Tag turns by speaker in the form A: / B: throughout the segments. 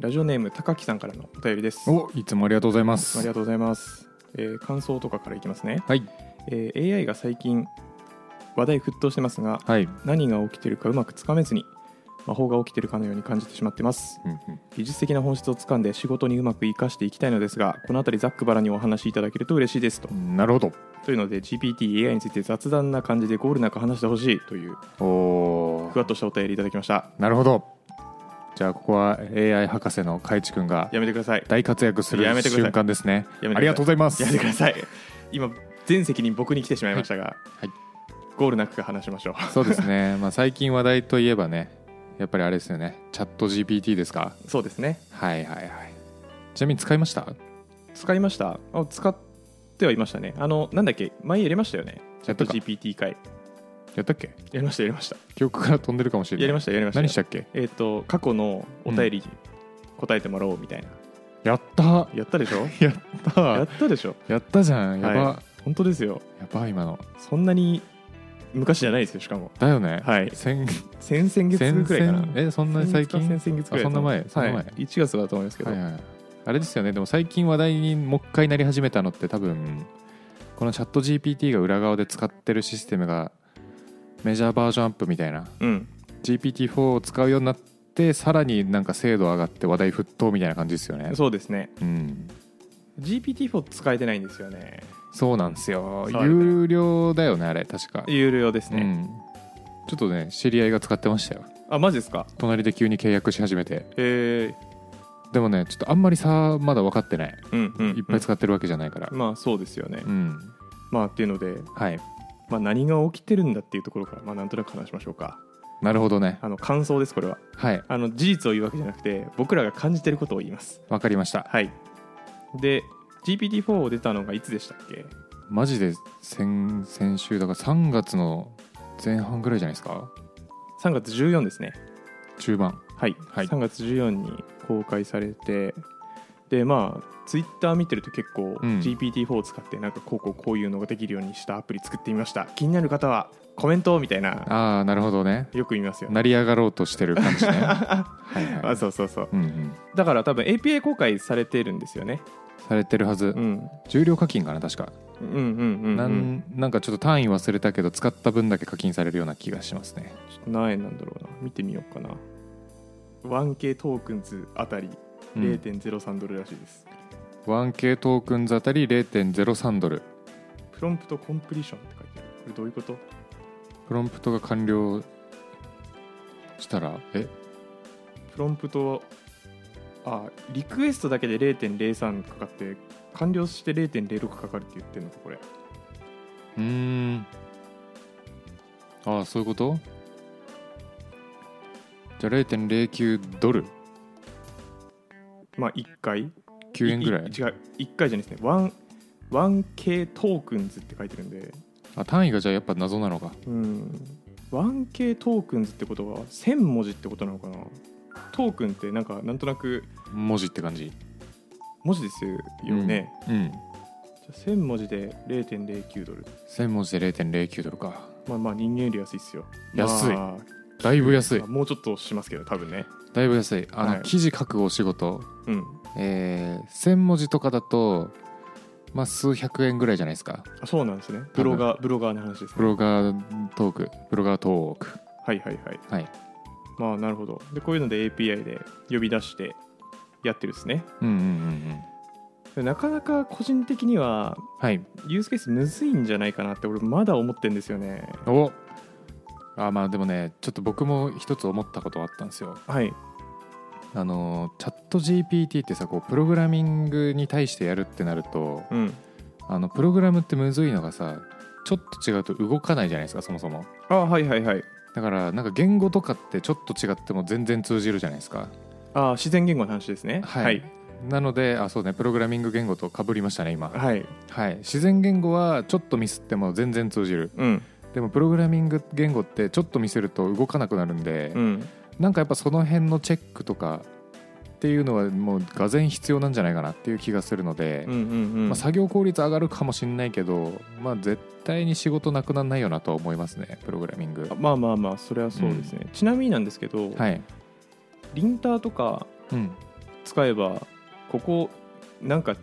A: ラジオネーム高木さんからのお便りですあ
B: おいつもありがとうございます
A: りがとうございます、えー感想とかからいきますね、
B: はい
A: えー AI が最近話題沸騰してますが
B: はい、
A: 何が起きてるかうまくつかめずに魔法が起きてるかのように感じてしまってます
B: うんうん
A: 技術的な本質をつかんで仕事にうまく生かしていきたいのですがこの辺りざっくばらんにお話しいただけると嬉しいですと
B: なるほ
A: というので GPTAI について雑談な感じでゴールなく話してほしいという
B: どお
A: ふわ
B: ー
A: っとしたお便りいただきました
B: なるほどじゃあここは AI 博士の海地君が
A: やめてください
B: 大活躍する
A: やめてください
B: 瞬間ですね
A: やめてください
B: ありがとうございま
A: や
B: す
A: めてください今全責任僕に来てしまいましたが、
B: はい
A: ゴールなく話しましょう
B: そうですね、まあ、最近話題といえばねやっぱりあれですよねチャット GPT ですか
A: そうですね
B: はいはいはいちなみに使いました
A: 使いましたあ使ってはいましたねあのなんだっけ前やりましたよねチャット
B: やった
A: GPT 会
B: やったっけ
A: やりましたやりました
B: 記憶から飛んでるかもしれない
A: やりましたやりました
B: 何したっけ
A: えっ、と過去のお便り答えてもらおうみたいな、
B: やった
A: やったでし ょや
B: やっ
A: ったたでしょ
B: やったじゃんやば、
A: は本当ですよ
B: やば今の
A: そんなに昔じゃないですよしかも
B: だよね
A: はい
B: 先
A: 先々月
B: 先
A: くらいかな
B: 々えそんなに最近
A: 先々月か先々月くらい
B: あそんな前そんな前
A: はい、1月だと思いますけど、
B: はいはいあれですよねでも最近話題にもう一回なり始めたのって多分このチャット GPT が裏側で使ってるシステムがメジャーバージョンアップみたいな
A: うん、
B: GPT4 を使うようになってさらになんか精度上がって話題沸騰みたいな感じですよね
A: そうですね
B: うん、
A: GPT4 使えてないんですよね
B: そうなんです
A: 触
B: よ
A: れてない
B: 有料だよねあれ確か、
A: 有料です
B: う
A: ね、
B: ん、ちょっとね知り合いが使ってましたよ
A: あマジですか
B: 隣で急に契約し始めて
A: え
B: でもねちょっとあんまり差まだ分かってない、
A: ー、うんうん、うん
B: いっぱい使ってるわけじゃないから
A: まあそうですよね、
B: うん、
A: まあっていうので、
B: はい
A: まあ、何が起きてるんだっていうところから、まあ、なんとなく話しましょうか
B: なるほどね
A: あの感想ですこれは
B: はい
A: あの事実を言うわけじゃなくて僕らが感じてることを言います
B: 分かりました
A: はいで GPT4 を出たのがいつでしたっけ
B: マジで先先週だから3月の前半ぐらいじゃないですか
A: 3月14ですね
B: 中盤
A: はい、
B: はい
A: 3月14に公開されてでまあツイッター見てると結構、
B: うん
A: GPT4 を使ってなんかこうこうこういうのができるようにしたアプリ作ってみました気になる方はコメントをみたいな
B: ああなるほどね
A: よく言いますよね
B: 成り上がろうとしてる感 じねはいはい
A: あそうそうそう
B: うんうん、
A: だから多分 API 公開されてるんですよね、
B: されてるはず、
A: うん、
B: 重量課金かな確か、
A: うんうんうんうん
B: なんなんかちょっと単位忘れたけど使った分だけ課金されるような気がしますね
A: ちょっと何円なんだろうな見てみようかな 1K トークンズあたり
B: うん
A: 0.03ドルらしいです、
B: 1K トークンズあたり0.03ドル
A: プロンプトコンプリーションって書いてあるこれどういうこと
B: プロンプトが完了したらえ
A: プロンプトあリクエストだけで0.03かかって完了して0.06かかるって言ってるのかこれ
B: うーんああそういうことじゃあ0.09ドル
A: まあ1回
B: 9円ぐらい
A: 違う1回じゃないですねワン 1K トークンズって書いてるんで
B: あ単位がじゃあやっぱ謎なのか
A: うん 1K トークンズってことは1000文字ってことなのかなトークンってなんかなんとなく
B: 文字って感じ
A: 文字ですよね、
B: うん
A: じゃあ1000文字で0.09ドル
B: 1000文字で0.09ドルか
A: まあまあ人間より安いっすよ
B: 安い
A: まあ
B: だいぶ安い
A: まあもうちょっとしますけど多分ね
B: だいぶ安いあの、
A: はい
B: 記事書くお仕事
A: うん
B: えー、1000文字とかだとまあ数百円ぐらいじゃないですか
A: あそうなんですねブ
B: 多分
A: ロガーブロガーの話です
B: ブ
A: ね
B: ロガートークブロガートーク
A: はいはいはい
B: はい
A: まあなるほどでこういうので API で呼び出してやってるですね
B: うんうんうんうん
A: でなかなか個人的には
B: はい
A: ユースケースむずいんじゃないかなって俺まだ思ってんですよね
B: おあまあでもねちょっと僕も一つ思ったことあったんですよ
A: はい
B: あのチャット GPT ってさこうプログラミングに対してやるってなると
A: うん
B: あのプログラムってむずいのがさちょっと違うと動かないじゃないですかそもそも
A: あはいはいはい
B: だからなんか言語とかってちょっと違っても全然通じるじゃないですか
A: あ自然言語の話ですね
B: はい、
A: はい、
B: なのであそうねプログラミング言語とかぶりましたね今
A: はい
B: はい自然言語はちょっとミスっても全然通じる
A: うん
B: でもプログラミング言語ってちょっと見せると動かなくなるんで、
A: うん
B: なんかやっぱその辺のチェックとかっていうのはもうがぜん必要なんじゃないかなっていう気がするので、
A: うんうんう
B: ま
A: ん
B: あ、作業効率上がるかもしれないけど、まあ、絶対に仕事なくならないよなとは思いますねプログラミング
A: あまあまあまあそれはそうですね、ちなみになんですけど、
B: はい、
A: リンターとか
B: うん、
A: 使えばここなんか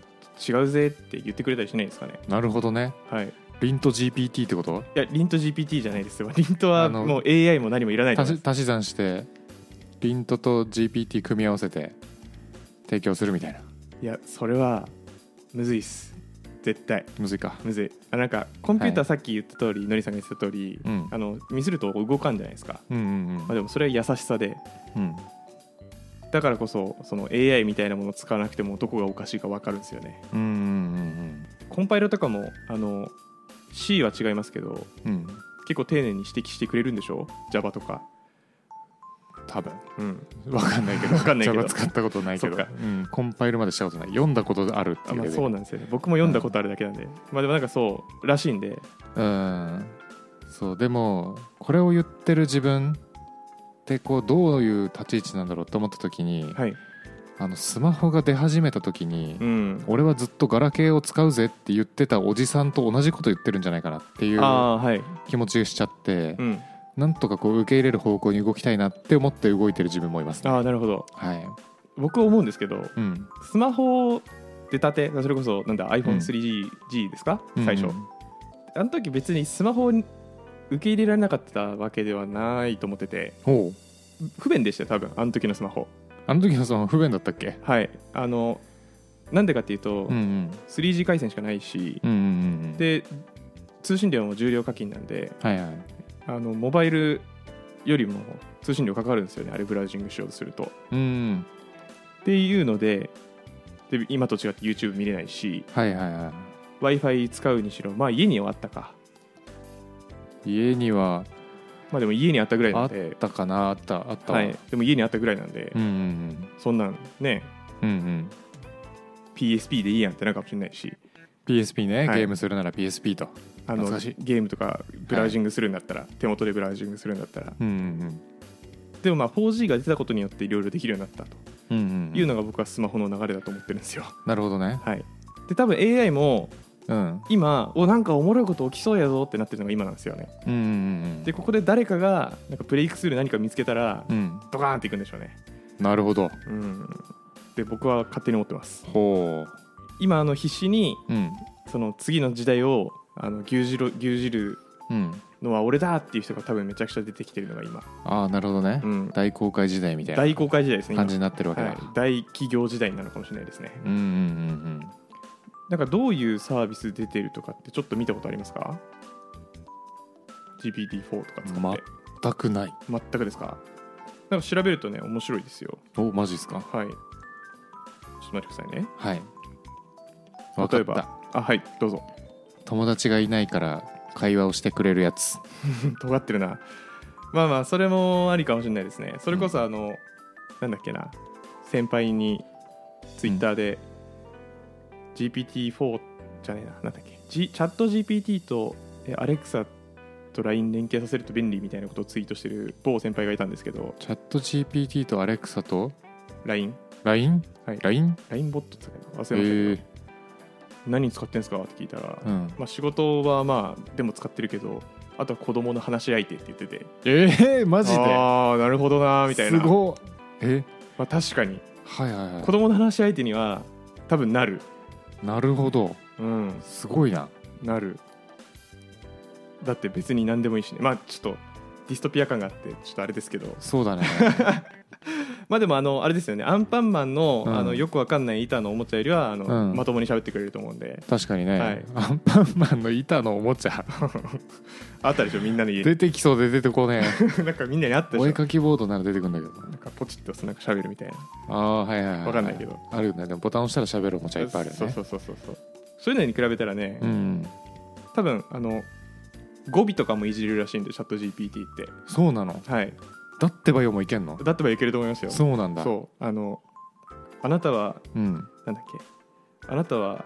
A: 違うぜって言ってくれたりしないですかね
B: なるほどね
A: はいい
B: リント GPT ってこと
A: やリント GPT じゃないですよリントは
B: あの
A: もう AI も何もいらないと思い
B: 足
A: ま
B: し足し算してリントと GPT 組み合わせて提供するみたいな
A: すいやそれはむずいっす絶対
B: むずいか
A: むずいあなんかコンピュータ
B: は
A: ーさっき言った通り、のりさんが言ってた通り、
B: うん
A: あのミスると動かんじゃないですか、
B: うんうん
A: まあ、でもそれは優しさで
B: うんうん
A: だからこそその AI みたいなものを使わなくてもどこがおかしいか分かるんですよね
B: うんうん
A: コンパイルとかもあの C は違いますけど
B: うんうん
A: 結構丁寧に指摘してくれるんでしょ Java とか
B: 多分
A: うん
B: わかんないけど
A: わかんないけど
B: Java 使ったことないけど
A: そっか
B: うんコンパイルまでしたことない読んだことあるって
A: あ、ま
B: いうレ
A: あ、
B: ベル
A: そうなんですよね僕も読んだことあるだけなんで、まあでもなんかそうらしいんで
B: うんそうでもこれを言ってる自分ってこうどういう立ち位置なんだろうと思った時に
A: はい
B: あのスマホが出始めた時に
A: うん
B: 俺はずっとガラケーを使うぜって言ってたおじさんと同じこと言ってるんじゃないかなっていう
A: ああーはい
B: 気持ちがしちゃって
A: うん
B: なんとかこう受け入れる方向に動きたいなって思って動いてる自分もいますね
A: ああなるほど
B: はい
A: 僕は思うんですけど
B: うん
A: スマホ出たてそれこそなんだ
B: うん
A: iPhone3G ですか、最初、
B: うん
A: あの時別にスマホに受け入れられなかったわけではないと思ってて
B: ほう
A: 不便でしたよ多分あの時のスマホ
B: あの時のその不便だったっけ
A: はいあのなんでかっていうと、
B: うん
A: 3G 回線しかないし
B: うんうんうんうん
A: で通信料も重量課金なんで
B: はいはい
A: あのモバイルよりも通信料かかるんですよねあれブラウジングしようとすると
B: うん
A: っていうのでで今と違って YouTube 見れないし
B: はいはいは
A: w i f i 使うにしろまあ家にはあったか
B: い家には
A: まあでも家にあったぐらいなんで
B: あったかなあったあったわ
A: はい、でも家にあったぐらいなんで、
B: うんうん
A: そんなんね
B: うんうんうん、
A: PSP でいいやんってなるかもしれないし
B: PSP ね、
A: はい
B: ゲームするなら PSP と、
A: あの
B: 懐かしい
A: ゲームとかブラウジングするんだったら、手元でブラウジングするんだったら
B: うんうん
A: でもまあ 4G が出たことによっていろいろできるようになったと
B: うんうんうん、
A: いうのが僕はスマホの流れだと思ってるんですよ。
B: なるほどね、
A: はい、で多分 AI も
B: うん、
A: 今おなんかおもろいこと起きそうやぞってなってるのが今なんですよね。
B: うんうんうん
A: でここで誰かがなんかブレイクスルー何か見つけたら、
B: うん
A: ドカーンっていくんでしょうね。
B: なるほど
A: うん、で僕は勝手に思ってます。
B: ほ
A: 今あの必死に
B: ううん
A: その次の時代をあの牛耳ろ牛耳る
B: うん
A: のは俺だっていう人が多分めちゃくちゃ出てきてるのが今、
B: ああなるほどね、
A: うん、
B: 大公開時代みたいな
A: 大公開時代ですね今
B: 感じになってるわけだ、
A: はい、大企業時代なのかもしれないですね
B: うんうんうん
A: なんかどういうサービス出てるとかってちょっと見たことありますか ?GPT4 とか使って、
B: まうん全くない
A: 全くですかなんか調べるとね面白いですよ
B: おマジですか
A: はいちょっと待ってくださいね
B: はい
A: 例
B: わか
A: え
B: っ
A: ば
B: た
A: あはいどうぞ
B: 友達がいないから会話をしてくれるやつ
A: 尖ってるなまあまあそれもありかもしれないですねそれこそあの、なんだっけな先輩にツイッターで、GPT4 じゃねえななんだっけ、G、チャット GPT とえ Alexa と LINE 連携させると便利みたいなことをツイートしてる某先輩がいたんですけど
B: チャット GPT と Alexa と
A: LINE
B: LINE?LINE?
A: はい
B: LINE?
A: ボット使うの忘れました
B: え
A: けど、
B: ー
A: 何使ってんすかって聞いたら、
B: うん
A: まあ、仕事はまあでも使ってるけどあとは子供の話し相手って言ってて
B: えー、マジで
A: ああなるほどなみたいな
B: すごっえ
A: まあ、確かに
B: はいはいは
A: 子供の話し相手には多分なる
B: いなるほど
A: うん
B: すごいな
A: なるだって別に何でもいいしねまあちょっとディストピア感があってちょっとあれですけど
B: そ うだね
A: まあでもあのあれですよねアンパンマンの,、
B: うん
A: あのよくわかんない板のおもちゃよりはあの、
B: うん
A: まともに喋ってくれると思うんで
B: 確かにね、
A: はい
B: アンパンマンの板のおもちゃ
A: あったでしょみんなの家
B: 出てきそうで出てこねえ
A: なんかみんなにあった
B: お
A: で
B: 絵
A: しょ
B: かきボードなら出てくるんだけど
A: なんかポチッとなんか喋るみたいな
B: ああはいはいはい
A: わかんないけど
B: あるよねでもボタン押したら喋るおもちゃいっぱいあるよね
A: そうそうそうそうそうそういうのに比べたらね、
B: うん
A: 多分あの語尾とかもいじれるらしいんでチャット GPT って
B: そうなの
A: はい
B: だってばよもいけんの
A: だってばいけると思いますよ
B: そうなんだ
A: そうあのあなたは
B: うん
A: なんだっけあなたは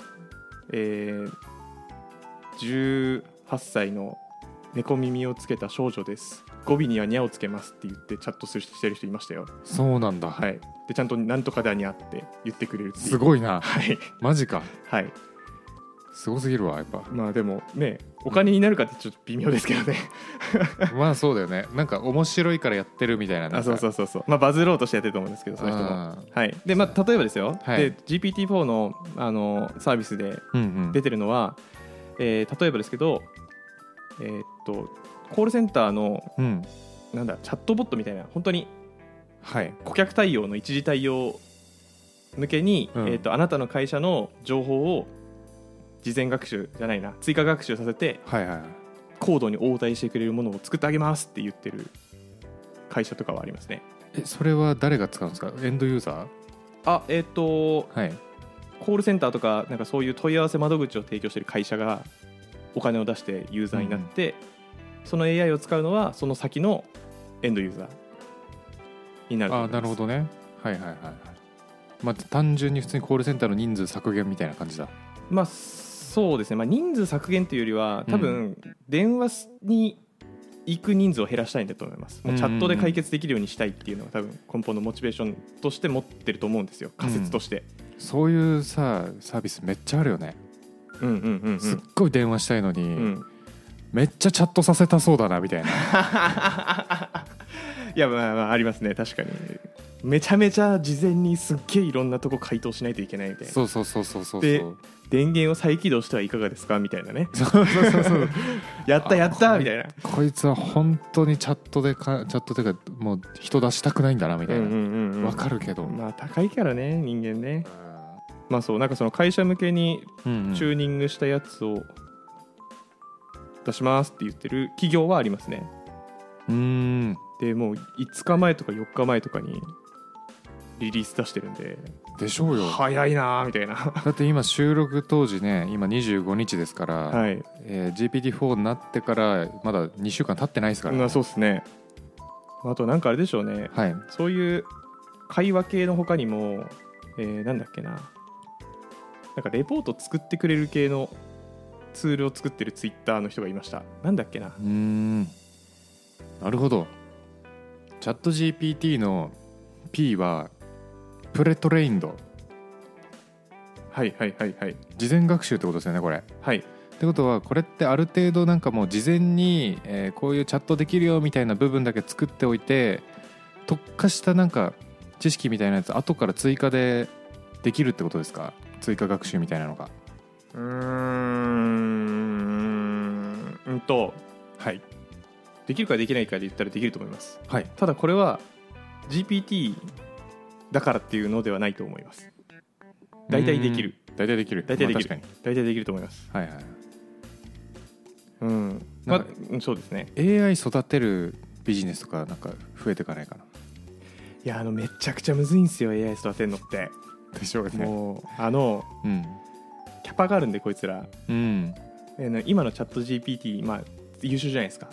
A: えー、18歳の猫耳をつけた少女です語尾にはにゃをつけますって言ってチャットするしてる人いましたよ
B: そうなんだ、
A: はいでちゃんとなんとかだにゃって言ってくれるっていう
B: すごいな
A: はい
B: マジか
A: はい
B: すごすぎるわやっぱ
A: まあでもねお金になるかってちょっと微妙ですけどね
B: まあそうだよねなんか面白いからやってるみたいな
A: あそうそううそうそうまあバズろうとしてやってると思うんですけどその人も
B: あ
A: はいでまあ例えばですよ、
B: はい
A: で GPT4 のあのサービスで
B: ーうんうん
A: 出てるのは、えー例えばですけどえーっとコールセンターの
B: うん
A: なんだチャットボットみたいな本当に
B: はい
A: 顧客対応の一時対応向けに、
B: うん
A: えー、とあなたの会社の情報を事前学習じゃないな追加学習させて
B: はいはい
A: コードに応対してくれるものを作ってあげますって言ってる会社とかはありますね
B: えそれは誰が使うんですかエンドユーザ
A: あえっ、と
B: ーはい
A: コールセンターとかなんかそういう問い合わせ窓口を提供している会社がお金を出してユーザーになって、その AI を使うのはその先のエンドユーザーになると思
B: あ
A: います
B: なるほどねはいはいはいはいまあ単純に普通にコールセンターの人数削減みたいな感じだ
A: まあそうですね、まあ、人数削減というよりは多
B: う
A: 分電話に行く人数を減らしたいんだと思います、もうチャットで解決できるようにしたいっていうのが多分根本のモチベーションとして持ってると思うんですよ仮説として、
B: そういうさサービスめっちゃあるよね
A: うん、うんうんうん
B: すっごい電話したいのに、
A: うん
B: めっちゃチャットさせたそうだなみた いな
A: いやまあまあありますね確かにめちゃめちゃ事前にすっげえいろんなとこ回答しないといけないみたいな
B: そうそうそうそうそう
A: で
B: そう
A: 電源を再起動してはいかがですかみたいなね
B: そうそうそ うそう
A: やったやった
B: あ
A: みたいな
B: こいつは本当にチャットでかチャットていうかもう人出したくないんだなみたいなわ、
A: ん
B: かるけど、
A: まあ高いからね人間ねまあそうなんかその会社向けに
B: うんうん
A: チューニングしたやつを出しますって言ってる企業はありますね
B: うーん
A: でもう5日前とか4日前とかにリリース出してるんで
B: でしょうよ
A: 早いなーみたいな
B: だって今収録当時ね今25日ですから、
A: はい
B: えー GPT4 になってからまだ2週間経ってないですか ら、
A: まあそうですねあとなんかあれでしょうね
B: はい
A: そういう会話系の他にも、えーなんだっけななんかレポート作ってくれる系のツールを作ってるツイッターの人がいましたなんだっけな
B: うーんなるほどチャット GPT の P はプレトレインド
A: はいはいはいはい
B: 事前学習ってことですよねこれ
A: はい
B: ってことはこれってある程度なんかもう事前に、えーこういうチャットできるよみたいな部分だけ作っておいて特化したなんか知識みたいなやつ後から追加でできるってことですか追加学習みたいなのが
A: うーんうんと
B: はい
A: できるかできないかで言ったらできると思います
B: はい
A: ただこれは GPT だからっていうのではないと思います大体できる
B: うん大体できる
A: 大体できる
B: まあ確
A: 大体できると思います
B: かにはいはい
A: うんま
B: なん
A: あ
B: か
A: うんそうですね
B: AI 育てるビジネスとかなんか増えていかないか
A: いやあのめちゃくちゃむずいんですよ AI 育てるのって
B: なでしょうね
A: もうあの
B: うん、
A: キャパがあるんでこいつら、
B: うん、
A: えーな今のチャット GPT、まあ、優秀じゃないですか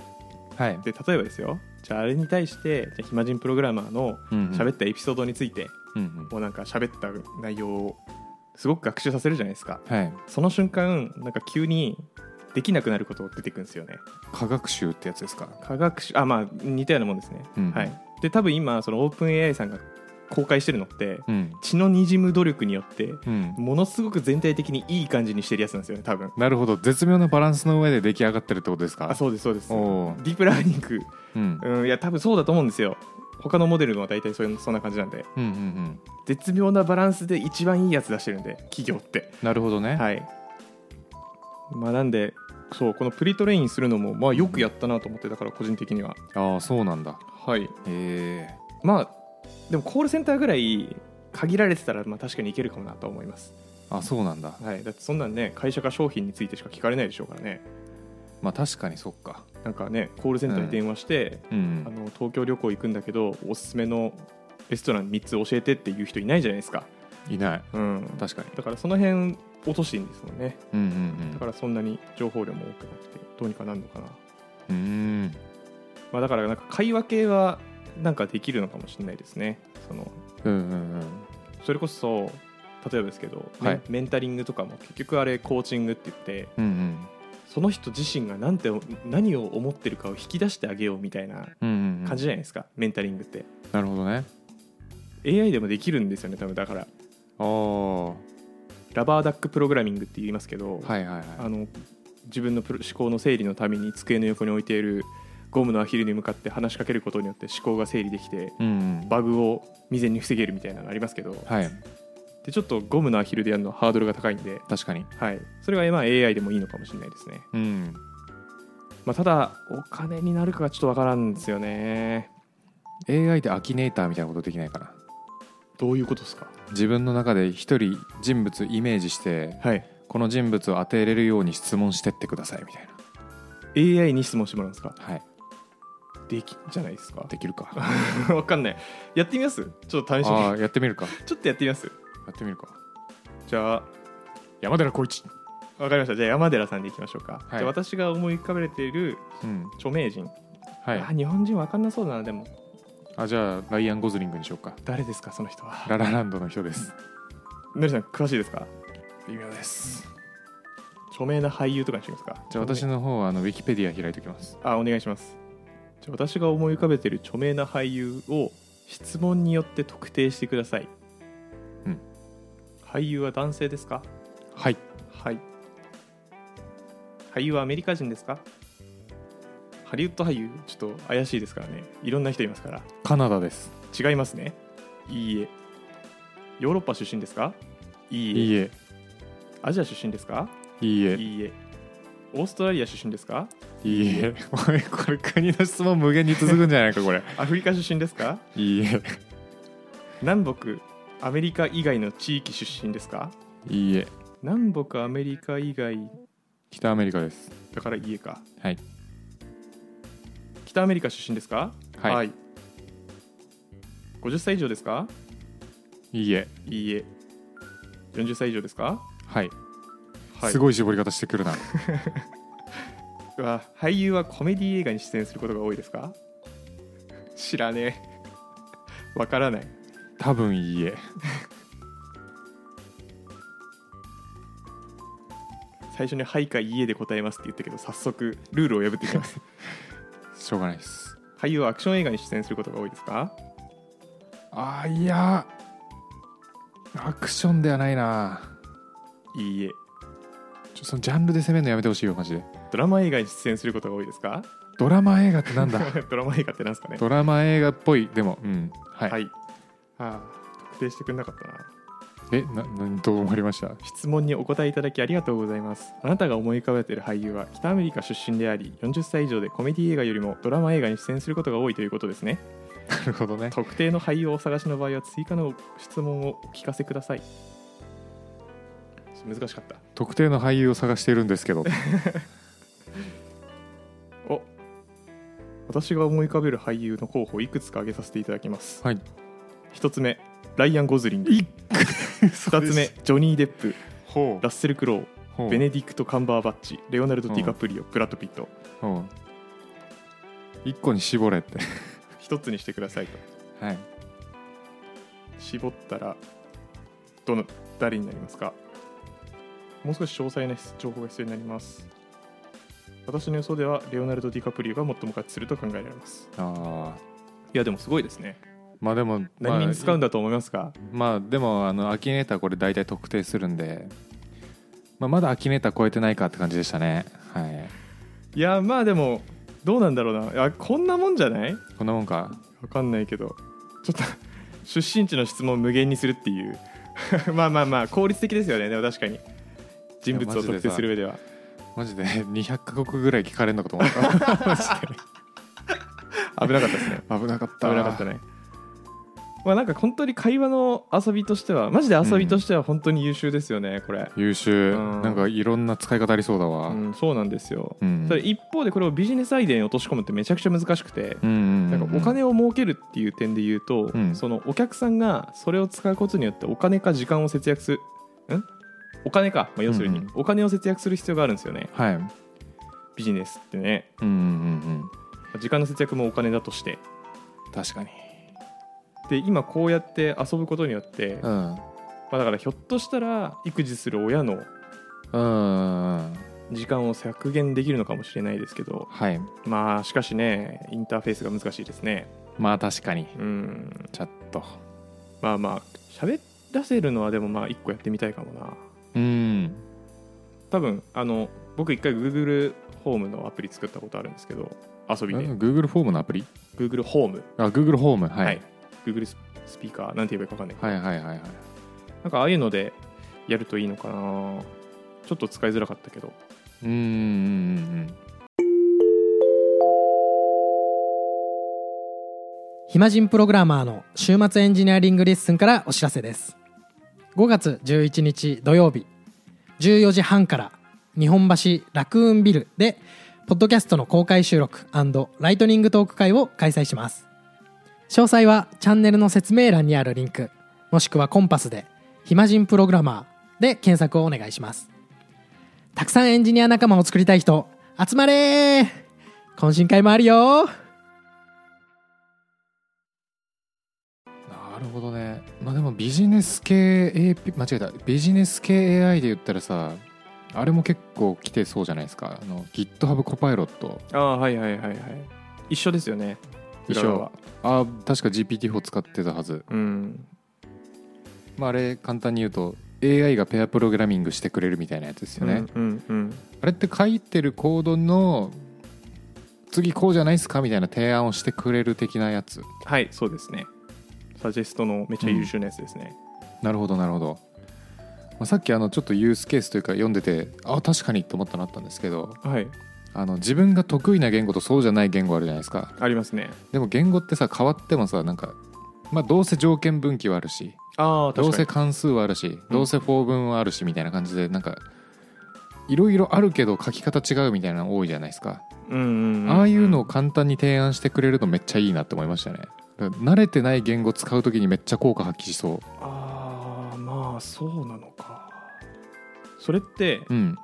B: はい、
A: で例えばですよじゃああれに対してじゃあ暇人プログラマーの
B: うんうん
A: 喋ったエピソードについて、
B: うんうん
A: もうなんか喋った内容をすごく学習させるじゃないですか
B: はい
A: その瞬間なんか急にできなくなること出てくるんですよね
B: 科学習ってやつですか
A: 科学習あまあ似たようなもんですね、
B: うん
A: はいで多分今そのオープン AI さんが公開してるのって
B: うん、
A: 血の滲む努力によって
B: うん、
A: ものすごく全体的にいい感じにしてるやつなんですよね多分
B: なるほど絶妙なバランスの上で出来上がってるってことですか
A: あそうですそうですデ
B: お
A: ィ
B: ー
A: ープラーニング、
B: うん、
A: うん、いや多分そうだと思うんですよ他のモデルのは大体そういうそんな感じなんで
B: うんうんうん
A: 絶妙なバランスで一番いいやつ出してるんで企業って
B: なるほどね、
A: はいまあなんでそうこのプリトレインするのもまあよくやったなと思ってだから個人的には
B: ああそうなんだ
A: はい
B: へえ
A: まあでもコールセンターぐらい限られてたらまあ確かにいけるかもなと思います、
B: あそうなんだ
A: はい、だってそんなんね会社か商品についてしか聞かれないでしょうからね
B: まあ確かにそっか
A: なんかねコールセンターに電話して、
B: うん
A: あの東京旅行行くんだけどおすすめのレストラン3つ教えてっていう人いないじゃないですか、
B: いない
A: うん、
B: 確かに
A: だからその辺落としていいんですもんね
B: うんうん
A: だからそんなに情報量も多くなくてどうにかなるのかな、
B: うんうん
A: まあ、だからなんか会話系はなんかできるのかもしれないですねその
B: うんうんうん
A: それこそ例えばですけど、メン
B: はい
A: メンタリングとかも結局あれコーチングって言って
B: うんうん
A: その人自身が何て何を思ってるかを引き出してあげようみたいな
B: うんうんうん
A: 感じじゃないですか、メンタリングって
B: なるほどね
A: AI でもできるんですよね多分だから
B: ああ
A: ラバーダックプログラミングって言いますけど、
B: はいはい
A: あ
B: は
A: の自分のプロ思考の整理のために机の横に置いているゴムのアヒルに向かって話しかけることによって思考が整理できて
B: いうん
A: バグを未然に防げるみたいなのありますけど
B: はい
A: でちょっとゴムのアヒルでやるのはハードルが高いんで、
B: 確かに
A: はい、それはまあ AI でもいいのかもしれないですね、
B: うん
A: まあ、ただお金になるかがちょっとわからんですよね
B: AI でアキネーターみたいなことできないかな
A: どういうことですか
B: 自分の中で一人人物イメージして
A: はい
B: この人物を当てれるように質問してってくださいみたいな
A: AI に質問してもらうんですか
B: はい
A: できんじゃないですか
B: できるか
A: わかんないやってみますちょっと試し
B: あ
A: に
B: あやってみるか
A: ちょっとやってみます
B: やってみるか
A: じゃあ
B: 山寺宏一
A: わかりましたじゃあ山寺さんでいきましょうか、
B: はい
A: じゃあ私が思い浮かべている
B: うん
A: 著名人、
B: はい
A: あ日本人わかんなそうだなでも
B: あじゃあライアン・ゴズリングにしようか
A: 誰ですかその人は
B: ララランドの人です
A: のりさん詳しいですか
B: 微妙です
A: 著名な俳優とかにしてみますか
B: じゃあ私の方はあのウィキペディア開いておきます
A: あお願いしますじゃあ私が思い浮かべている著名な俳優を質問によって特定してください、
B: うん、
A: 俳優は男性ですか
B: はい
A: はい俳優はアメリカ人ですかハリウッド俳優ちょっと怪しいですからねいろんな人いますから
B: カナダです
A: 違いますねいいえヨーロッパ出身ですかいいえ
B: いいえ
A: アジア出身ですか
B: いいえ
A: いいえオーストラリア出身ですか
B: いいえお前これ国の質問無限に続くんじゃないかこれ
A: アフリカ出身ですか
B: いいえ
A: 南北アメリカ以外の地域出身ですか
B: いいえ
A: 南北アメリカ以外
B: 北アメリカです
A: だから家か
B: はい
A: 北アメリカ出身ですか
B: はい
A: 50歳以上ですか
B: いいえ
A: いいえ40歳以上ですか
B: はい、
A: はい
B: すごい絞り方してくるな
A: うわ俳優はコメディ映画に出演することが多いですか知らねえわからない
B: 多分いいえ
A: 最初に「はい」か「いいえ」で答えますって言ったけど早速ルールを破っていきます
B: しょうがないです
A: 俳優はアクション映画に出演することが多いですか
B: あーいやアクションではないない
A: いえ
B: ちょそのジャンルで攻めるのやめてほしいよマジで
A: ドラマ映画に出演することが多いですか
B: ドラマ映画ってなんだ
A: ドラマ映画ってなんですかね
B: ドラマ映画っぽいでもうんはい、
A: はい、ああ特定してくれなかったな
B: えななどう思われました
A: 質問にお答えいただきありがとうございますあなたが思い浮かべている俳優は北アメリカ出身であり40歳以上でコメディ映画よりもドラマ映画に出演することが多いということですね
B: なるほどね
A: 特定の俳優をお探しの場合は追加の質問をお聞かせください難しかった
B: 特定の俳優を探しているんです けど
A: お私が思い浮かべる俳優の候補をいくつか挙げさせていただきます
B: はい
A: 1つ目ライアン・ゴズリング2つ目ジョニー・デップ
B: ほ
A: ラッセル・クロウ
B: ほう
A: ベネディクト・カンバーバッチレオナルド・ディカプリオブラッド・ピット
B: ほう一個に絞れって
A: 一つにしてくださいと
B: はい
A: 絞ったらどの誰になりますかもう少し詳細な情報が必要になります私の予想ではレオナルド・ディカプリオが最も合致すると考えられます
B: ああ
A: いやでもすごいですね
B: まあでも
A: 何に使うん
B: だ
A: だと思いますか、
B: まあでもあのアキネーターこれ大体特定するんで、まあ、まだアキネーター超えてないかって感じでしたねはい
A: いやまあでもどうなんだろうないやこんなもんじゃない
B: こんなもんか
A: わかんないけどちょっと 出身地の質問を無限にするっていう まあまあまあ効率的ですよねでも確かに人物
B: いや
A: を
B: マジで
A: 特
B: さ
A: 定する上では
B: マジで200カ 国ぐらい聞かれるのかと思ったマジ
A: 危なかったですね
B: で危なかっ た
A: 危なかったねまあなんか本当に会話の遊びとしてはマジで遊びとしては本当に優秀ですよね、これ、
B: 優秀
A: うん
B: なんかいろんな使い方ありそうだわ
A: う
B: うん
A: ん、そうなんですよ、
B: うん
A: ただ一方でこれをビジネスアイデアに落とし込むってめちゃくちゃ難しくて、
B: うんうん
A: なんかお金を儲けるっていう点で言うと、
B: うん
A: そのお客さんがそれを使うことによってお金か時間を節約するんお金か、まあ、要するに
B: うんうん
A: お金を節約する必要があるんですよね
B: はいうん
A: ビジネスってね
B: うんうん
A: 時間の節約もお金だとして
B: うん確かに
A: で今こうやって遊ぶことによって、
B: う
A: ま
B: ん
A: あ、だからひょっとしたら育児する親の
B: うん
A: 時間を削減できるのかもしれないですけど
B: はい
A: まあしかしねインターフェースが難しいですね
B: まあ確かに
A: うん
B: チャット
A: まあまあ喋らせるのはでもまあ一個やってみたいかもな
B: うん
A: 多分あの僕一回 Google ホームのアプリ作ったことあるんですけど遊びで
B: Google フォームのアプリ
A: Google ホーム
B: あ Google ホームはい、
A: Google ススピーカーなんて言えばいいか分かんないけど、
B: はい、はいはいはい
A: なんかああいうのでやるといいのかなちょっと使いづらかったけど
B: うんうんうん
C: 暇人プログラマーの週末エンジニアリングレッスンからお知らせです5月11日土曜日14時半から日本橋ラクーンビルでポッドキャストの公開収録ライトニングトーク会を開催します詳細はチャンネルの説明欄にあるリンクもしくはコンパスで「暇人プログラマー」で検索をお願いしますたくさんエンジニア仲間を作りたい人集まれー懇親会もあるよー
B: なるほどねまあでもビジネス系 AP 間違えたビジネス系 AI で言ったらさあれも結構来てそうじゃないですかあの GitHub コパイロット
A: ああはいはいはいはい一緒ですよね
B: 一
A: 裏側
B: 緒
A: は
B: あ確か GPT4 使ってたはず、
A: うん
B: まあ、あれ簡単に言うと AI がペアプログラミングしてくれるみたいなやつですよね、
A: うんうん
B: あれって書いてるコードの次こうじゃないですかみたいな提案をしてくれる的なやつ
A: はいそうですねサジェストのめっちゃ優秀なやつですね、
B: なるほどなるほど、まあ、さっきあのちょっとユースケースというか読んでてあ確かにと思ったのあったんですけど
A: はい
B: あの自分が得意な言語とそうじゃない言語あるじゃないですか
A: ありますね
B: でも言語ってさ変わってもさなんかまあどうせ条件分岐はあるし
A: ああ
B: ど
A: 確
B: う
A: か
B: せ
A: に
B: 関数はあるし、どうせ法文はあるしみたいな感じでなんかいろいろあるけど書き方違うみたいなの多いじゃないですか、
A: うんうんん
B: ああいうのを簡単に提案してくれるのめっちゃいいなって思いましたねだから慣れてない言語使う時にめっちゃ効果発揮しそ
A: ああまあそうなのかそれって、
B: う、うん、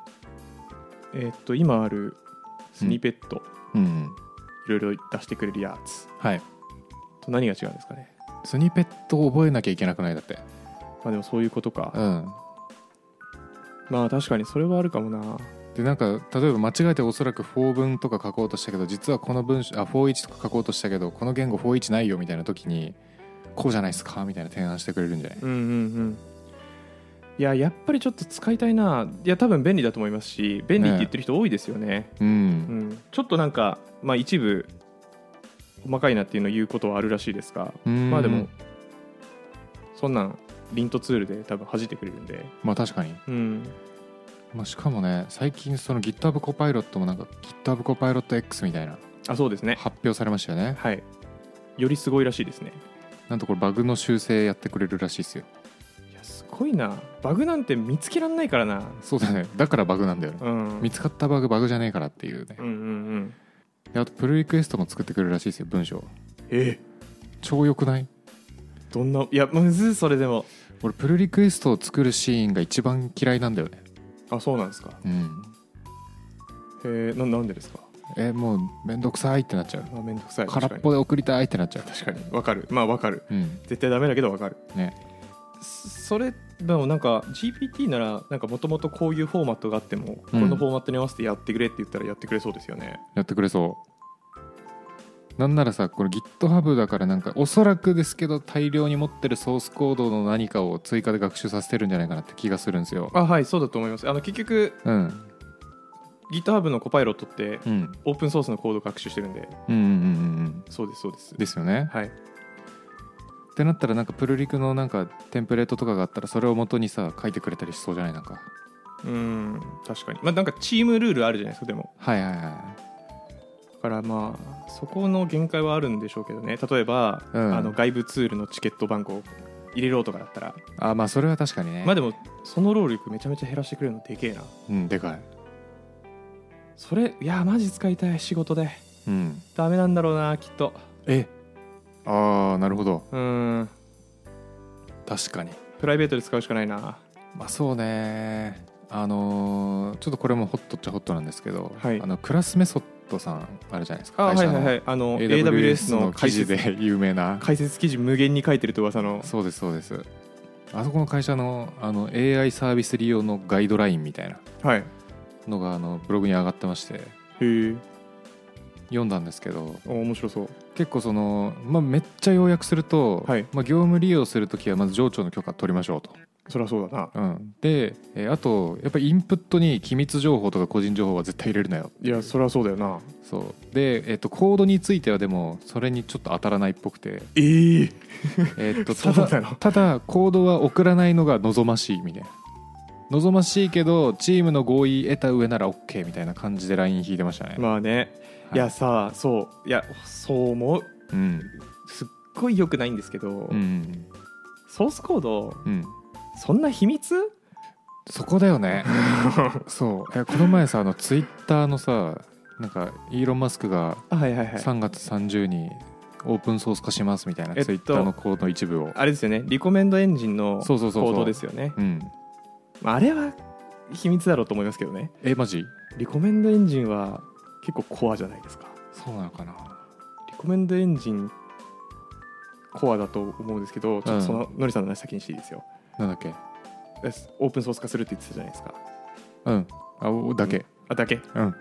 A: えーっと今あるスニペット、
B: うんうん
A: いろいろ出してくれるやつ
B: はい
A: と何が違うんですかね
B: スニペットを覚えなきゃいけなくないだって
A: まあでもそういうことか、
B: うん
A: まあ確かにそれはあるかもな
B: でなんか例えば間違えておそらく4文とか書こうとしたけど実はこの文章あ41とか書こうとしたけどこの言語41ないよみたいな時にこうじゃないですかみたいな提案してくれるんじゃない
A: うんうんうんいややっぱりちょっと使いたいないや多分便利だと思いますし便利って言ってる人多いですよね
B: うん
A: うん、ちょっとなんか、まあ、一部細かいなっていうのを言うことはあるらしいですが、
B: うん
A: まあでもそんなんリントツールで多分弾いてくれるんで、
B: まあ確かに、
A: うん、
B: まあ、しかもね最近その GitHub コパイロットもなんか GitHub コパイロット X みたいな
A: あそうですね
B: 発表されましたよね
A: はいよりすごいらしいですね
B: なんとこれバグの修正やってくれるらしいですよ
A: いやすごいなバグなんて見つけらんないからな
B: そうだねだからバグなんだよね
A: うん
B: 見つかったバグバグじゃねえからっていうね
A: うんうんうん
B: であとプルリクエストも作ってくれるらしいですよ文章
A: え
B: 超良くない
A: どんないやむずいそれでも
B: 俺プルリクエストを作るシーンが一番嫌いなんだよね
A: あそうなんですか
B: うん
A: へえななんでですか
B: えもうめんどくさいってなっちゃう
A: あめんどくさい
B: 空
A: 確
B: っ
A: かに
B: ぽで送りたいってなっちゃう
A: 確かにわかるまあわかる
B: うん
A: 絶対ダメだけどわかる
B: ね
A: そそれでもなんか GPT ならなんかもともとこういうフォーマットがあっても、
B: うん
A: このフォーマットに合わせてやってくれって言ったらやってくれそうですよね
B: やってくれそうなんならさこれ GitHub だからなんかおそらくですけど大量に持ってるソースコードの何かを追加で学習させてるんじゃないかなって気がするんですよ
A: あはいそうだと思いますあの結局
B: うん
A: GitHub のコパイロットって
B: うんうん
A: オープンソースのコード学習してるんで
B: うんうんうん
A: そうですそうです
B: ですよね
A: はい
B: ってなったらなんかプルリクのなんかテンプレートとかがあったらそれを元にさ書いてくれたりしそうじゃないなんか
A: うん確かにまあなんかチームルールあるじゃないですかでも
B: はいはいは
A: だからまあそこの限界はあるんでしょうけどね例えば、
B: うん
A: あの外部ツールのチケット番号を入れろとかだったら
B: いあまあそれは確かにね
A: まあでもその労力めちゃめちゃ減らしてくれるのでけえな
B: うんでかい
A: それいやマジ使いたい仕事で
B: うん
A: ダメなんだろうなきっと
B: えああなるほど
A: うーん
B: 確かに
A: プライベートで使うしかないな
B: まあそうねあのーちょっとこれもホットっちゃホットなんですけど、
A: はい
B: あのクラスメソッドさんあるじゃないです
A: あ
B: か
A: はい
B: の
A: はいはいあの
B: AWS
A: AWS
B: の
A: の
B: 記
A: 解
B: 事
A: 説
B: で有名な
A: 解説記事無限に書いてると噂の
B: そうですそうですあそこの会社のあの AI サービス利用のガイドラインみたいな
A: はいへ
B: のがあのブログに上がってまして
A: え
B: 読んだんですけど
A: 面白そう
B: 結構その、まあ、めっちゃ要約すると、
A: はい
B: まあ、業務利用するときはまず上長の許可取りましょうと
A: そりゃそうだな
B: うん、で、えーあとやっぱりインプットに機密情報とか個人情報は絶対入れるなよ
A: いやそりゃそうだよな
B: そうで、えー、とコードについてはでもそれにちょっと当たらないっぽく て、
A: えー、
B: えー、と
A: そ
B: た
A: うなの
B: だただコードは送らないのが望ましいみたいな望ましいけどチームの合意得た上なら OK みたいな感じでライン引いてましたね、
A: まあね、
B: はい
A: い、やさそういやそう思う
B: うん
A: すっごい良くないんですけど、
B: うん
A: ソースコード
B: うん
A: そんな秘密
B: そこだよ ねそうえこの前さあのツイッターのさなんかイーロン・マスクが
A: あはいはいはい
B: 3月30にオープンソース化しますみたいな、
A: えっと
B: ツイッターのコードの一部を
A: あれですよねリコメンドエンジンのコ
B: そうそうそうそう
A: ードですよね
B: うん
A: まああれは秘密だろうと思いますけどね
B: えマジ
A: リコメンドエンジンは結構コアじゃないですか
B: そうなのかな
A: リコメンドエンジンコアだと思うんですけどちょっとそのノリさんの話先にしていいですよ
B: なんだっけ
A: えオープンソース化するって言ってたじゃないですか
B: うんあおだけ
A: あだけ
B: うん、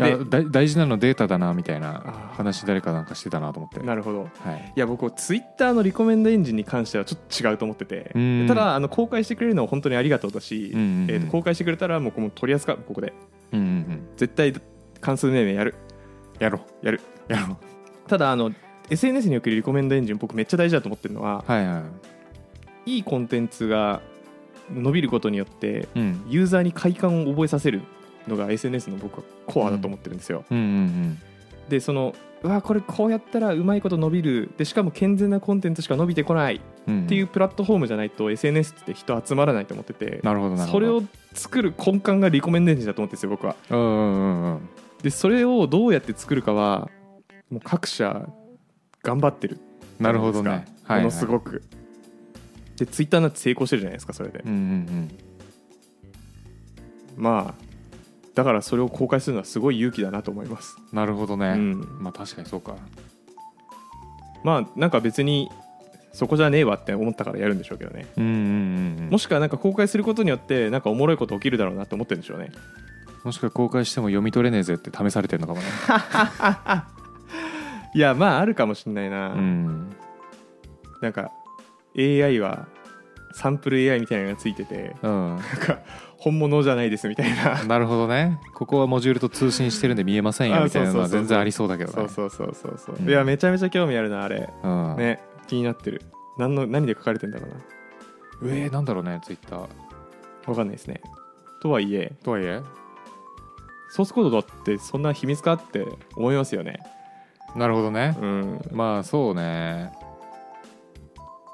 B: いや
A: で
B: だ大事なのデータだなみたいな
A: あー
B: 話誰かなんかしてたなと思って
A: なるほど
B: はい、
A: いや僕ツイッターのリコメンドエンジンに関してはちょっと違うと思ってて
B: うん
A: ただあの公開してくれるのは本当にありがとうだし、
B: うんうんうん
A: えーと公開してくれたらもうもう取り扱うここで
B: うんうんうん、
A: 絶対関数命名やる
B: やろ
A: やる
B: うやろう
A: ただあの SNS におけるリコメンドエンジン僕めっちゃ大事だと思ってるのは
B: はいはい
A: いコンテンツが伸びることによって
B: うん
A: ユーザーに快感を覚えさせるのが SNS の僕はコアだと思ってるんですよ、
B: うんうん
A: でそのうわこれこうやったらうまいこと伸びるでしかも健全なコンテンツしか伸びてこないっ
B: うんうん
A: ていうプラットフォームじゃないと SNS って人集まらないと思ってて
B: なるほどなるほ
A: それ
B: ど
A: を作る根幹がリコメンドエンジンだと思ってるんですよ僕は
B: うんうんうんうん
A: でそれをどうやって作るかはもう各社頑張ってる
B: なるほどね
A: じゃないですかものす
B: い、
A: ごく、でツイッターなんて成功してるじゃないですかそれで、
B: うんうん
A: まあだからそれを公開するのはすごい勇気だなと思います、
B: うん、なるほどね、
A: うん、
B: まあ確かにそうか
A: まあなんか別にそこじゃねえわって思ったからやるんでしょうけどね
B: うんうんうんうん
A: もしくはなんか公開することによってなんかおもろいこと起きるだろうなって思ってるんでしょうね
B: もしくは公開しても読み取れねえぜって試されてるの かもね。
A: いやまああるかもしんないな、
B: うん。
A: なんか AI はサンプル AI みたいなのがついてて
B: う
A: な
B: ん。
A: んか本物じゃないですみたいな
B: なるほどね。ここはモジュールと通信してるんで見えませんよ
A: あ
B: みたいなのは
A: そうそうそうそう
B: 全然ありそうだけどね。
A: そうそうそうそうそう、
B: うん
A: いやめちゃめちゃ興味あるなあれ
B: うん。
A: ね気になってる何の何で書かれてんだろうな
B: えー、なんだろうね、ツイッター。
A: わかんないですねとはいえ
B: とはいえ。
A: ソースコードだってそんな秘密かって思いますよね
B: なるほどね。
A: うん
B: まあそうね。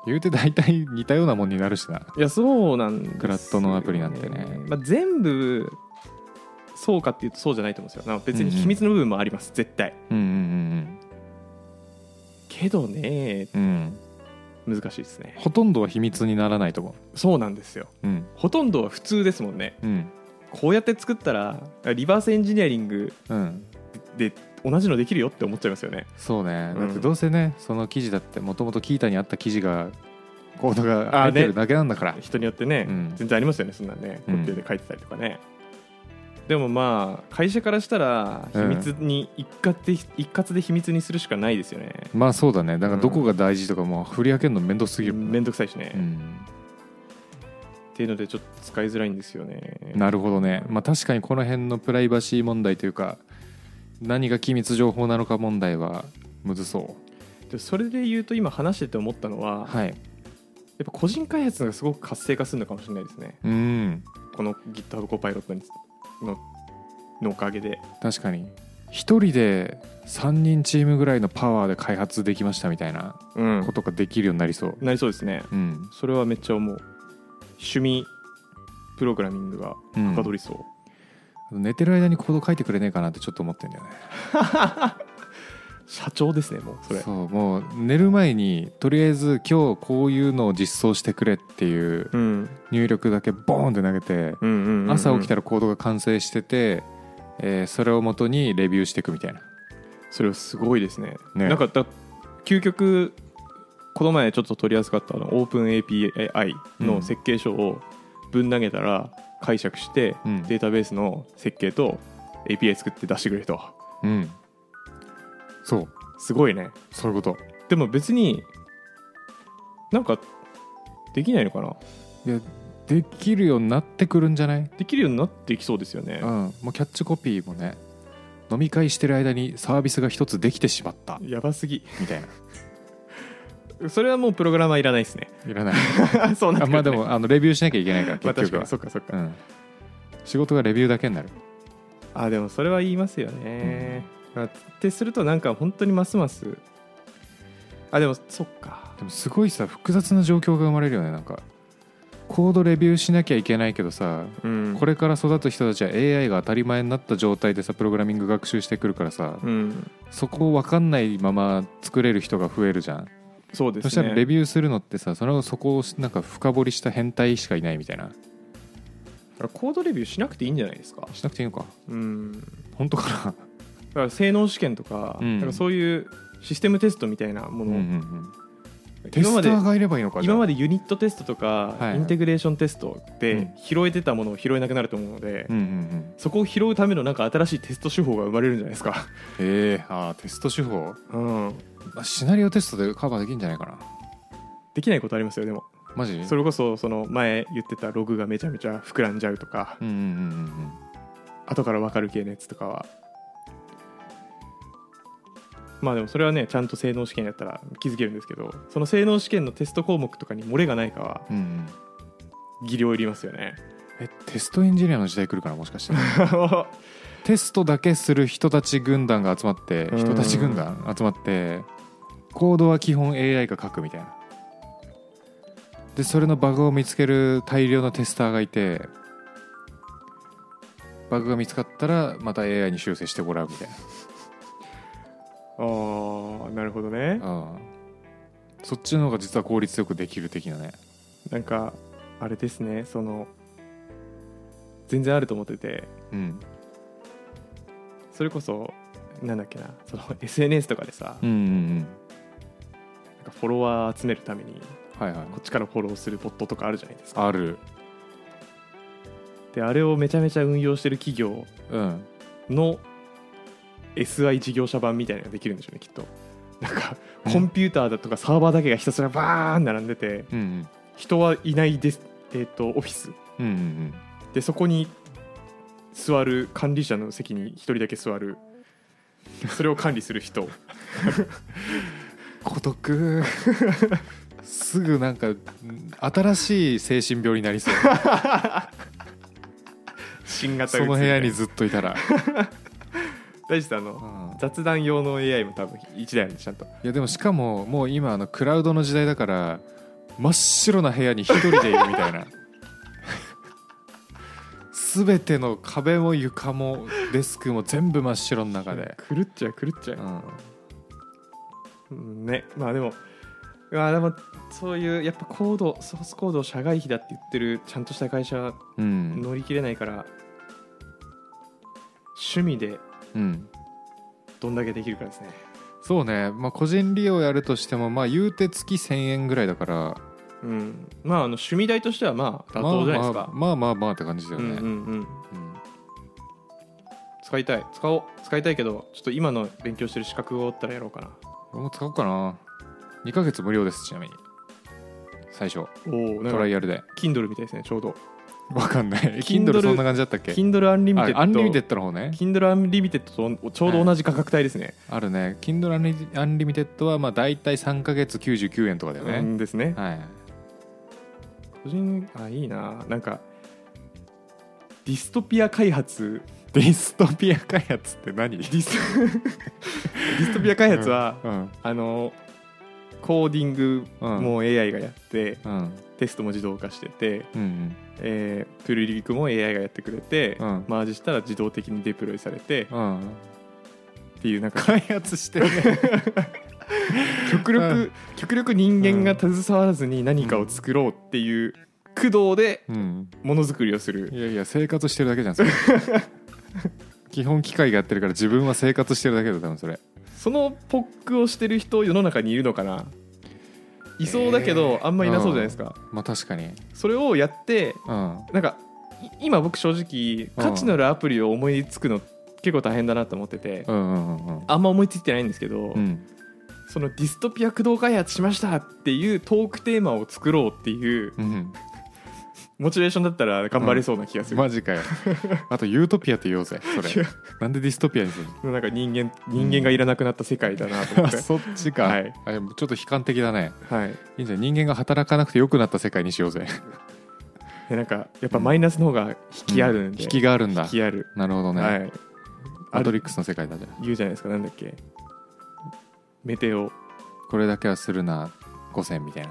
B: 言うて大体似たようなもんになるしな。
A: いやそうなんですよね
B: クラッドのアプリなんてね
A: まあ、全部そうかっていうとそうじゃないと思うんですよなんか別に秘密の部分もあります、絶対
B: うんうん
A: けどね
B: うんうん。うん。
A: 難しいですね
B: ほとんどは秘密にならないと思
A: そうなんですよ
B: う。うん。
A: ほとんどは普通ですもんね
B: うん。
A: こうやって作ったらリバースエンジニアリング
B: うん。
A: で同じのできるよって思っちゃいますよね
B: そうね。
A: うん
B: だってどうせね、その記事だってもともとキータにあった記事が、コードが
A: あー
B: 入って
A: ね
B: るだけなんだから。
A: 人によってね、
B: うん
A: 全然ありますよねそんなんね
B: う
A: コ
B: ん
A: ピーで書いてたりとかね、でもまあ会社からしたら秘密に一括で、一括で秘密にするしかないですよね
B: まあそうだねだからどこが大事とかもう振り分けるの面倒すぎるもんね
A: めんどくさいしね、
B: う
A: っ
B: ん、
A: ていうのでちょっと使いづらいんですよね
B: なるほどねまあ確かにこの辺のプライバシー問題というか何が機密情報なのか問題はむずそう
A: でそれで言うと今話してて思ったのは、や
B: はい
A: っぱ個人開発がすごく活性化するのかもしれないですね
B: うん
A: この GitHub コパイロットにののおかげで
B: 確かに一人で3人チームぐらいのパワーで開発できましたみたいな
A: うん
B: ことができるようになりそう
A: なりそうですね
B: うん、
A: それはめっちゃ思う趣味プログラミングが
B: うん
A: はかどりそう、
B: 寝てる間にコード書いてくれねえかなってちょっと思ってんだよね
A: 社長ですねもうそれ
B: そうもう寝る前にとりあえず今日こういうのを実装してくれっていう
A: うん
B: 入力だけボーンって投げて
A: うんうんうんうん
B: 朝起きたらコードが完成してて、えーそれをもとにレビューしていくみたいな
A: それはすごいですね
B: ね
A: なんかだ究極この前ちょっと取り扱ったあのオープン API
B: うん
A: の設計書をぶん投げたら解釈して、
B: うん
A: データベースの設計と API 作って出してくれと
B: うんそう
A: すごいね
B: そういうこと
A: でも別になんかできないのかな
B: いやできるようになってくるんじゃない、
A: できるようになってきそうですよね
B: うん、もうキャッチコピーもね飲み会してる間にサービスが一つできてしまった
A: やばすぎ
B: みたい な
A: それはもうプログラマーいらないです ね
B: いらない
A: そうなってくると
B: あ
A: ね
B: まあでもあのレビューしなきゃいけないから
A: まあ確
B: 結局
A: か
B: は
A: に、そっかそっか、
B: うん、仕事がレビューだけになる
A: あでもそれは言いますよね、だからってするとなんか本当にますますあでもそっか
B: でもすごいさ複雑な状況が生まれるよねなんかコードレビューしなきゃいけないけどさ
A: うん
B: これから育つ人たちは AI が当たり前になった状態でさプログラミング学習してくるからさ
A: うん
B: そこを分かんないまま作れる人が増えるじゃん
A: そうですね
B: そしたらレビューするのってさそのそこをなんか深掘りした変態しかいないみたいな
A: コードレビューしなくていいんじゃないですか
B: しなくていいのか
A: うん
B: 本当か
A: だから性能試験とか,、
B: うん
A: なんかそういうシステムテストみたいなも
B: な、う
A: の、
B: んうんうん、テ
A: 今
B: ス
A: ま
B: タ
A: で
B: ーがいればいいのかじゃあ
A: 今までユニットテストとか、
B: はいはい
A: インテグレーションテスト
B: う
A: で
B: ん
A: 拾えてたものを拾えなくなると思うので、
B: うんうんうん
A: そこを拾うためのなんか新しいテスト手法が生まれるんじゃないですか、
B: へえあーテスト手法、
A: うん、
B: まあ、シナリオテストでカバーできるんじゃないかな
A: できないことありますよでも
B: マジ
A: それこそその前言ってたログがめちゃめちゃ膨らんじゃうとか
B: うんうんうんうん
A: 後から分かる系のやつとかはまあでもそれはねちゃんと性能試験やったら気づけるんですけどその性能試験のテスト項目とかに漏れがないかは
B: うんうん
A: 技量いりますよ ね
B: えテストエンジニアの時代来るかなもしかして
A: は
B: テストだけする人たち軍団が集まって
A: うん
B: 人たち軍団集まってコードは基本 AI が書くみたいなでそれのバグを見つける大量のテスターがいてバグが見つかったらまた AI に修正してもらうみたい
A: あーなるほどね
B: な、うん、そっちの方が実は効率よくできる的なね
A: なんかあれですねその全然あると思ってて
B: うん
A: それこそなんだっけなその SNS とかでさ、
B: うんうんうん
A: なんかフォロワー集めるために
B: はいはい
A: こっちからフォローするボットとかあるじゃないですか
B: ある
A: であれをめちゃめちゃ運用してる企業
B: うん
A: の SI 事業者版みたいなのができるんでしょうねきっとなんかコンピューターだとかサーバーだけがひたすらバーン並んでて
B: うんうん
A: 人はいないです、えー、とオフィス
B: うんうんうん
A: でそこに座る管理者の席に一人だけ座るそれを管理する 人
B: 孤独すぐなんか新しい精神病になり そう
A: 新型
B: そ
A: うつ
B: の部屋にずっといたら、
A: 大地さんあの雑談用の AI も多分1台あるんでちゃんと
B: いやでもしかももう今あのクラウドの時代だから真っ白な部屋に一人でいるみたいな 全ての壁も床もデスクも全部真っ白の中で、
A: 狂っちゃう狂っちゃう
B: うん、
A: うんねまあでもまあでもそういうやっぱコードソースコードを社外費だって言ってるちゃんとした会社は
B: うん
A: 乗り切れないから、趣味で
B: うん
A: どんだけできるかですね
B: そうね、まあ、個人利用やるとしてもまあ言うて月1000円ぐらいだから
A: うんまああの趣味代としてはまあ妥当じゃないですか、
B: まあまあまあまあまあって感じだよ
A: うん
B: ね、
A: うんうん
B: うん
A: 使いたい使おう使いたいけどちょっと今の勉強してる資格がおったらやろうか
B: 俺も使おうかな2ヶ月無料ですちなみに最初
A: なおおなん
B: トラ
A: か
B: イアルで
A: Kindle みたいですねちょうど
B: わかんない
A: Kindle
B: Kindle そんな感じだったっけ
A: Kindle
B: あ
A: Unlimited
B: アンリミテッドの方ね
A: Kindle Unlimited とちょうど同じ価格帯ですね、
B: あるね Kindle アンリアンリミテッドはまあ大体3ヶ月99円とかだよ
A: う
B: ね、
A: んですね
B: はい
A: 個人あいいななんかディストピア開発
B: ディストピア開発って 何
A: ディスディストピア開発は、
B: うん
A: あのコーディングも AI がやって、
B: うん
A: テストも自動化してて、
B: うん
A: えープルリリクも AI がやってくれて、
B: うん
A: マージしたら自動的にデプロイされて、
B: うんうん
A: っていうなんか
B: 開発してるね
A: 極力、
B: う
A: 極力人間が携わらずに何かを作ろうっていう駆動で
B: うん
A: ものづくりをする
B: いやいや生活してるだけじゃんそ れ基本機械がやってるから自分は生活してるだけだよ多分それ
A: そのポックをしてる人世の中にいるのかないそうだけど、あんまいなそうじゃないですか、
B: まあ確かに
A: それをやって
B: うん
A: なんかい今僕正直
B: うん
A: 価値のあるアプリを思いつくの結構大変だなと思ってて、
B: うんうんうんうん
A: あんま思いついてないんですけど、
B: うん
A: そのディストピア駆動開発しましたっていうトークテーマを作ろうっていう
B: うん
A: モチベーションだったら頑張れそうな気がする、
B: マ ジかよあとユートピアって言おうぜそ
A: い
B: れ
A: や
B: なんでディストピアにするの
A: なんか人間人間がいらなくなった世界だなと思っ
B: あ
A: て、
B: そっちか、
A: はい
B: あでもちょっと悲観的だね
A: はい
B: いいんじゃない人間が働かなくて良くなった世界にしようぜ
A: でなんかやっぱマイナスの方が引きあるんで、
B: 引きがあるんだ
A: 引きある、
B: なるほどね、
A: はい
B: マトリックスの世界だじゃん
A: 言うじゃないですかなんだっけメテオ
B: これだけはするな5000みたいな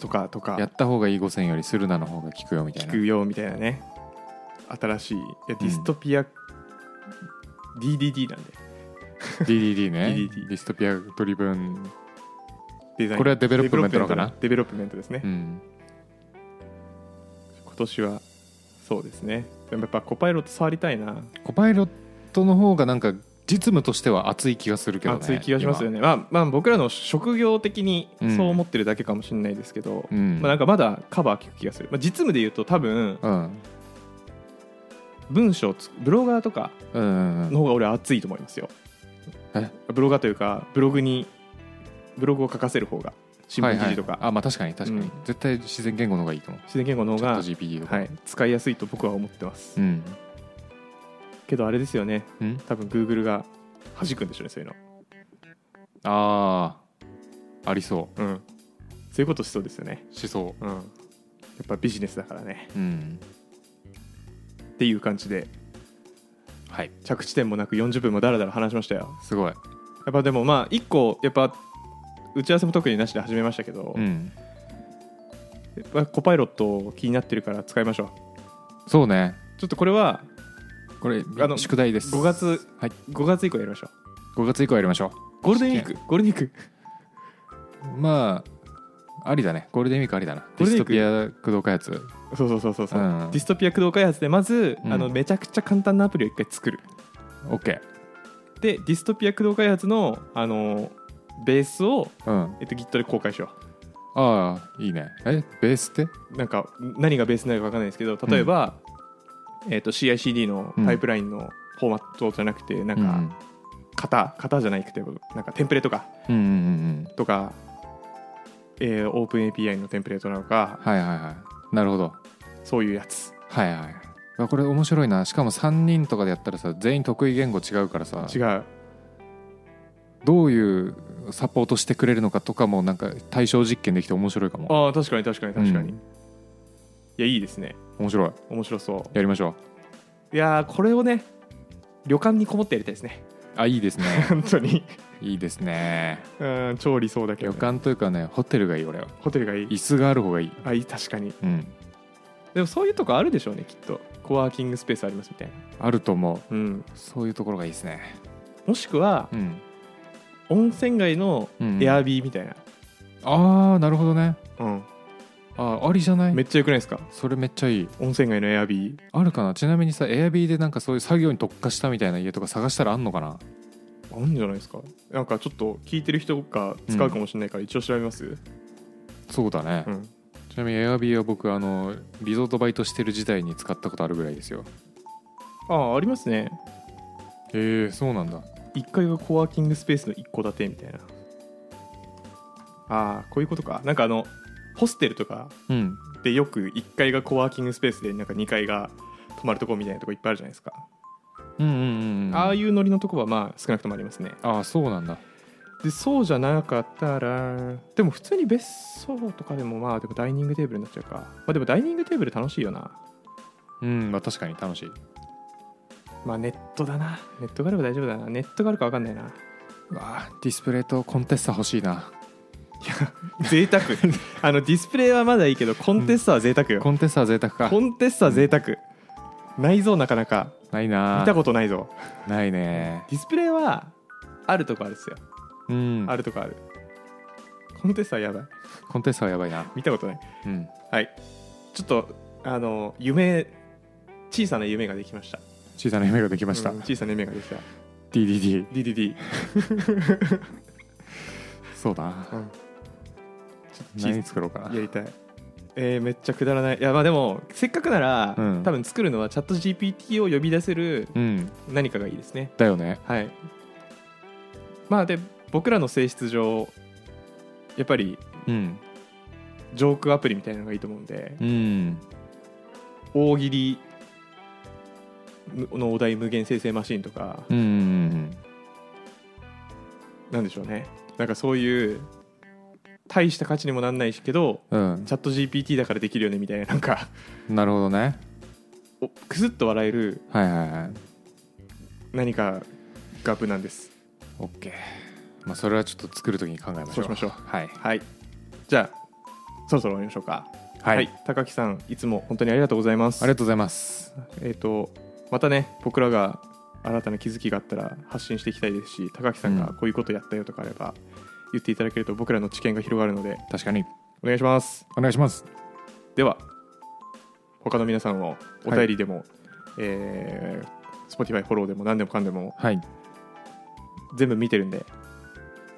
A: とかとか
B: やった方がいい5000よりするなの方が効くよみたい
A: 聞
B: な
A: くよみたいなね新しいいやディストピア、DDD なんで
B: DDD ね
A: DDD
B: ディストピアドリブン、
A: デザイン
B: これはデベロップメントのかな
A: デベロップメントですね、
B: うん、
A: 今年はそうですねでもやっぱコパイロット触りたいな、
B: コパイロットの方がなんか実務としては熱い気がするけどね
A: 熱い気がしますよねまあ、まあ僕らの職業的に
B: うん
A: そう思ってるだけかもしれないですけど、
B: 今うん、
A: まあ、なんかまだカバー聞く気がする、まあ、実務で言うと多分
B: うん
A: 文章つブロガーとか
B: うんうんうん
A: の方が俺は熱いと思いますよ
B: え
A: ブロガーというかブログにブログを書かせる方が新聞記事とか、
B: はいはいあまあ確かに確かに、
A: うん
B: 絶対自然言語の方がいいと思う
A: 自然言語の
B: チ
A: 方
B: ャッ
A: が
B: ト GPT とか、
A: はい、使いやすいと僕は思ってます、
B: うん
A: けどあれですよね
B: うん
A: 多分 Google が弾くんでしょうねそういう
B: ああありそ
A: の、うん、そういうことしそうですよね、
B: うしそ
A: うん、やっぱビジネスだからね
B: ううん
A: っていう感じで
B: はい
A: 着地点もなく40分もだらだら話しましたよ
B: すごい、
A: やっぱでもまあ一個やっぱ打ち合わせも特になしで始めましたけど、
B: うん、
A: やっぱコパイロット気になってるから使いましょ
B: そうね
A: うちょっとこれは
B: これ
A: あの
B: 宿題です
A: 5月
B: はい
A: 5月以降やりましょ
B: 5月以降やりましょ
A: うゴールデンウィークゴールデンウィーク
B: うまあありだねゴールデンウィークありだなデ
A: ゴール
B: ィス
A: デンウ
B: ト
A: ィーク
B: ピア駆動開発
A: そうそうそうそうそう、
B: うん
A: ディストピア駆動開発でまず、
B: うん
A: あのめちゃくちゃ簡単なアプリを一回作る
B: OK
A: でディストピア駆動開発のあのベースを、
B: うんあ
A: えっと、Git で公開しよ
B: あいいねえベースって
A: うなんか何がベースになるか分かんないですけど例えば、えっと CICD のパイプラインのフォーマットじゃなくて、なんか、型型じゃないくてなんかテンプレートか
B: うんうんうんうん
A: とか、えー、オープン API のテンプレートなのか
B: はいはいはいなるほど
A: そういうやつ
B: はいはいあこれ面白いなしかも3人とかでやったらさ全員得意言語違うからさ
A: 違う
B: どういうサポートしてくれるのかとかもなんか対象実験できて面白いかも
A: ああ確かに確かに確かに、
B: う
A: い
B: ん
A: やいいですね
B: 面白い
A: 面白そ
B: やりましょ
A: ういやーこれをね旅館にこもってやりたいですね
B: うあいいですね
A: 本当に
B: いいですね
A: うん超理想だけど
B: 旅
A: ね、
B: 館というかねホテルがいい俺は
A: ホテルがいい
B: 椅子がある方がいい
A: あいい確かに
B: うん
A: でもそういうとこあるでしょうねきっとコワーキングスペースありますみたいな、
B: あると思う
A: うん、
B: そういうところがいいですね
A: もしくは
B: うん
A: 温泉街の
B: うん
A: エアビーみたいな、
B: ああなるほどね
A: うん
B: あありじゃない
A: めっちゃよくないですか
B: それめっちゃいい
A: 温泉街のエアビー
B: あるかなちなみにさエアビーでなんかそういう作業に特化したみたいな家とか探したらあんのかな
A: あるんじゃないですかなんかちょっと聞いてる人が使うかもしれないから一応調べます、うん
B: そうだね、ちなみにエアビーは僕あのリゾートバイトしてる時代に使ったことあるぐらいですよ
A: ああありますね
B: へえそうなんだ
A: 1階がコワーキングスペースの1戸建てみたいなああこういうことかなんかあのホステルとか
B: うん
A: でよく1階がコワーキングスペースでなんか2階が泊まるとこみたいなとこいっぱいあるじゃないですか、
B: うんうんうんうん
A: ああ
B: う
A: いうノリのとこはまあ少なくともありますね
B: ああそうなんだ
A: でそうじゃなかったらでも普通に別荘とかでもまあでもダイニングテーブルになっちゃうかまあでもダイニングテーブル楽しいよな
B: うんまあ確かに楽しい
A: まあネットだなネットがあれば大丈夫だなネットがあるか分かんないな
B: うわあディスプレイとコンテッサ欲しいな
A: 贅 沢あのディスプレイはまだいいけどコンテスタは贅沢よ、
B: コンテッサは贅沢か
A: コンテスタは贅沢内臓なかなか
B: ないな
A: 見たことないぞ
B: とないね
A: ディスプレイはあるとこあるっすよ、
B: うん
A: あるとこあるコンテスタはやばい
B: コンテッサはやばいな
A: 見たことない
B: うん
A: はいちょっとあの夢小さな夢ができました
B: 小さな夢ができました、
A: うん小さな夢ができた
B: DDD
A: DDD
B: そうだな
A: うん小
B: 何作ろうかな
A: やりたいえーめっちゃくだらないいやまあでもせっかくなら、
B: うん
A: 多分作るのはチャット GPT を呼び出せる
B: うん
A: 何かがいいですね
B: だよね
A: はいまあで僕らの性質上やっぱり
B: うん
A: ジョークアプリみたいなのがいいと思うんで
B: うん
A: 大喜利のお題無限生成マシンとか、
B: うんうん
A: なんでしょうねなんかそういう大した価値にもなんないしけど
B: うん
A: チャット GPT だからできるよねみたいななんか
B: うんなるほどね
A: おくすっと笑える
B: はいはいはい
A: 何かが無難です
B: オッケーまあそれはちょっと作るときに考えましょう
A: そうしましょう
B: はい
A: はいじゃあそろそろ終わりましょうか
B: はい、
A: 高木さんいつも本当にありがとうございます
B: ありがとうございます
A: えっ、とまたね僕らが新たな気づきがあったら発信していきたいですし高木さんが
B: うん
A: こういうことやったよとかあれば言っていただけると僕らの知見が広がるので
B: 確かに
A: お願いします
B: お願いします
A: では他の皆さんをお便りでも、えー Spotify フォローでも何でもかんでも
B: はい
A: 全部見てるんで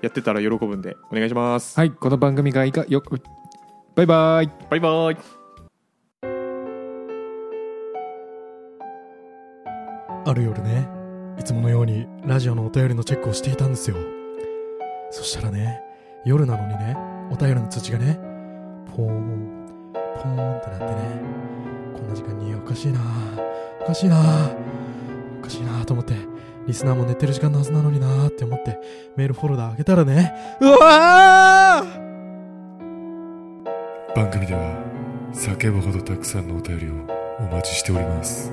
A: やってたら喜ぶんでお願いします、
B: はいこの番組がいかよくバイバイ
A: バイバイ
D: ある夜ねいつものようにラジオのお便りのチェックをしていたんですよそしたらね夜なのにねお便りの通知がねポーンポーンってなってねこんな時間におかしいなおかしいなおかしいなと思ってリスナーも寝てる時間のはずなのになって思ってメールフォルダー開けたらねうわー
E: 番組では叫ぶほどたくさんのお便りをお待ちしております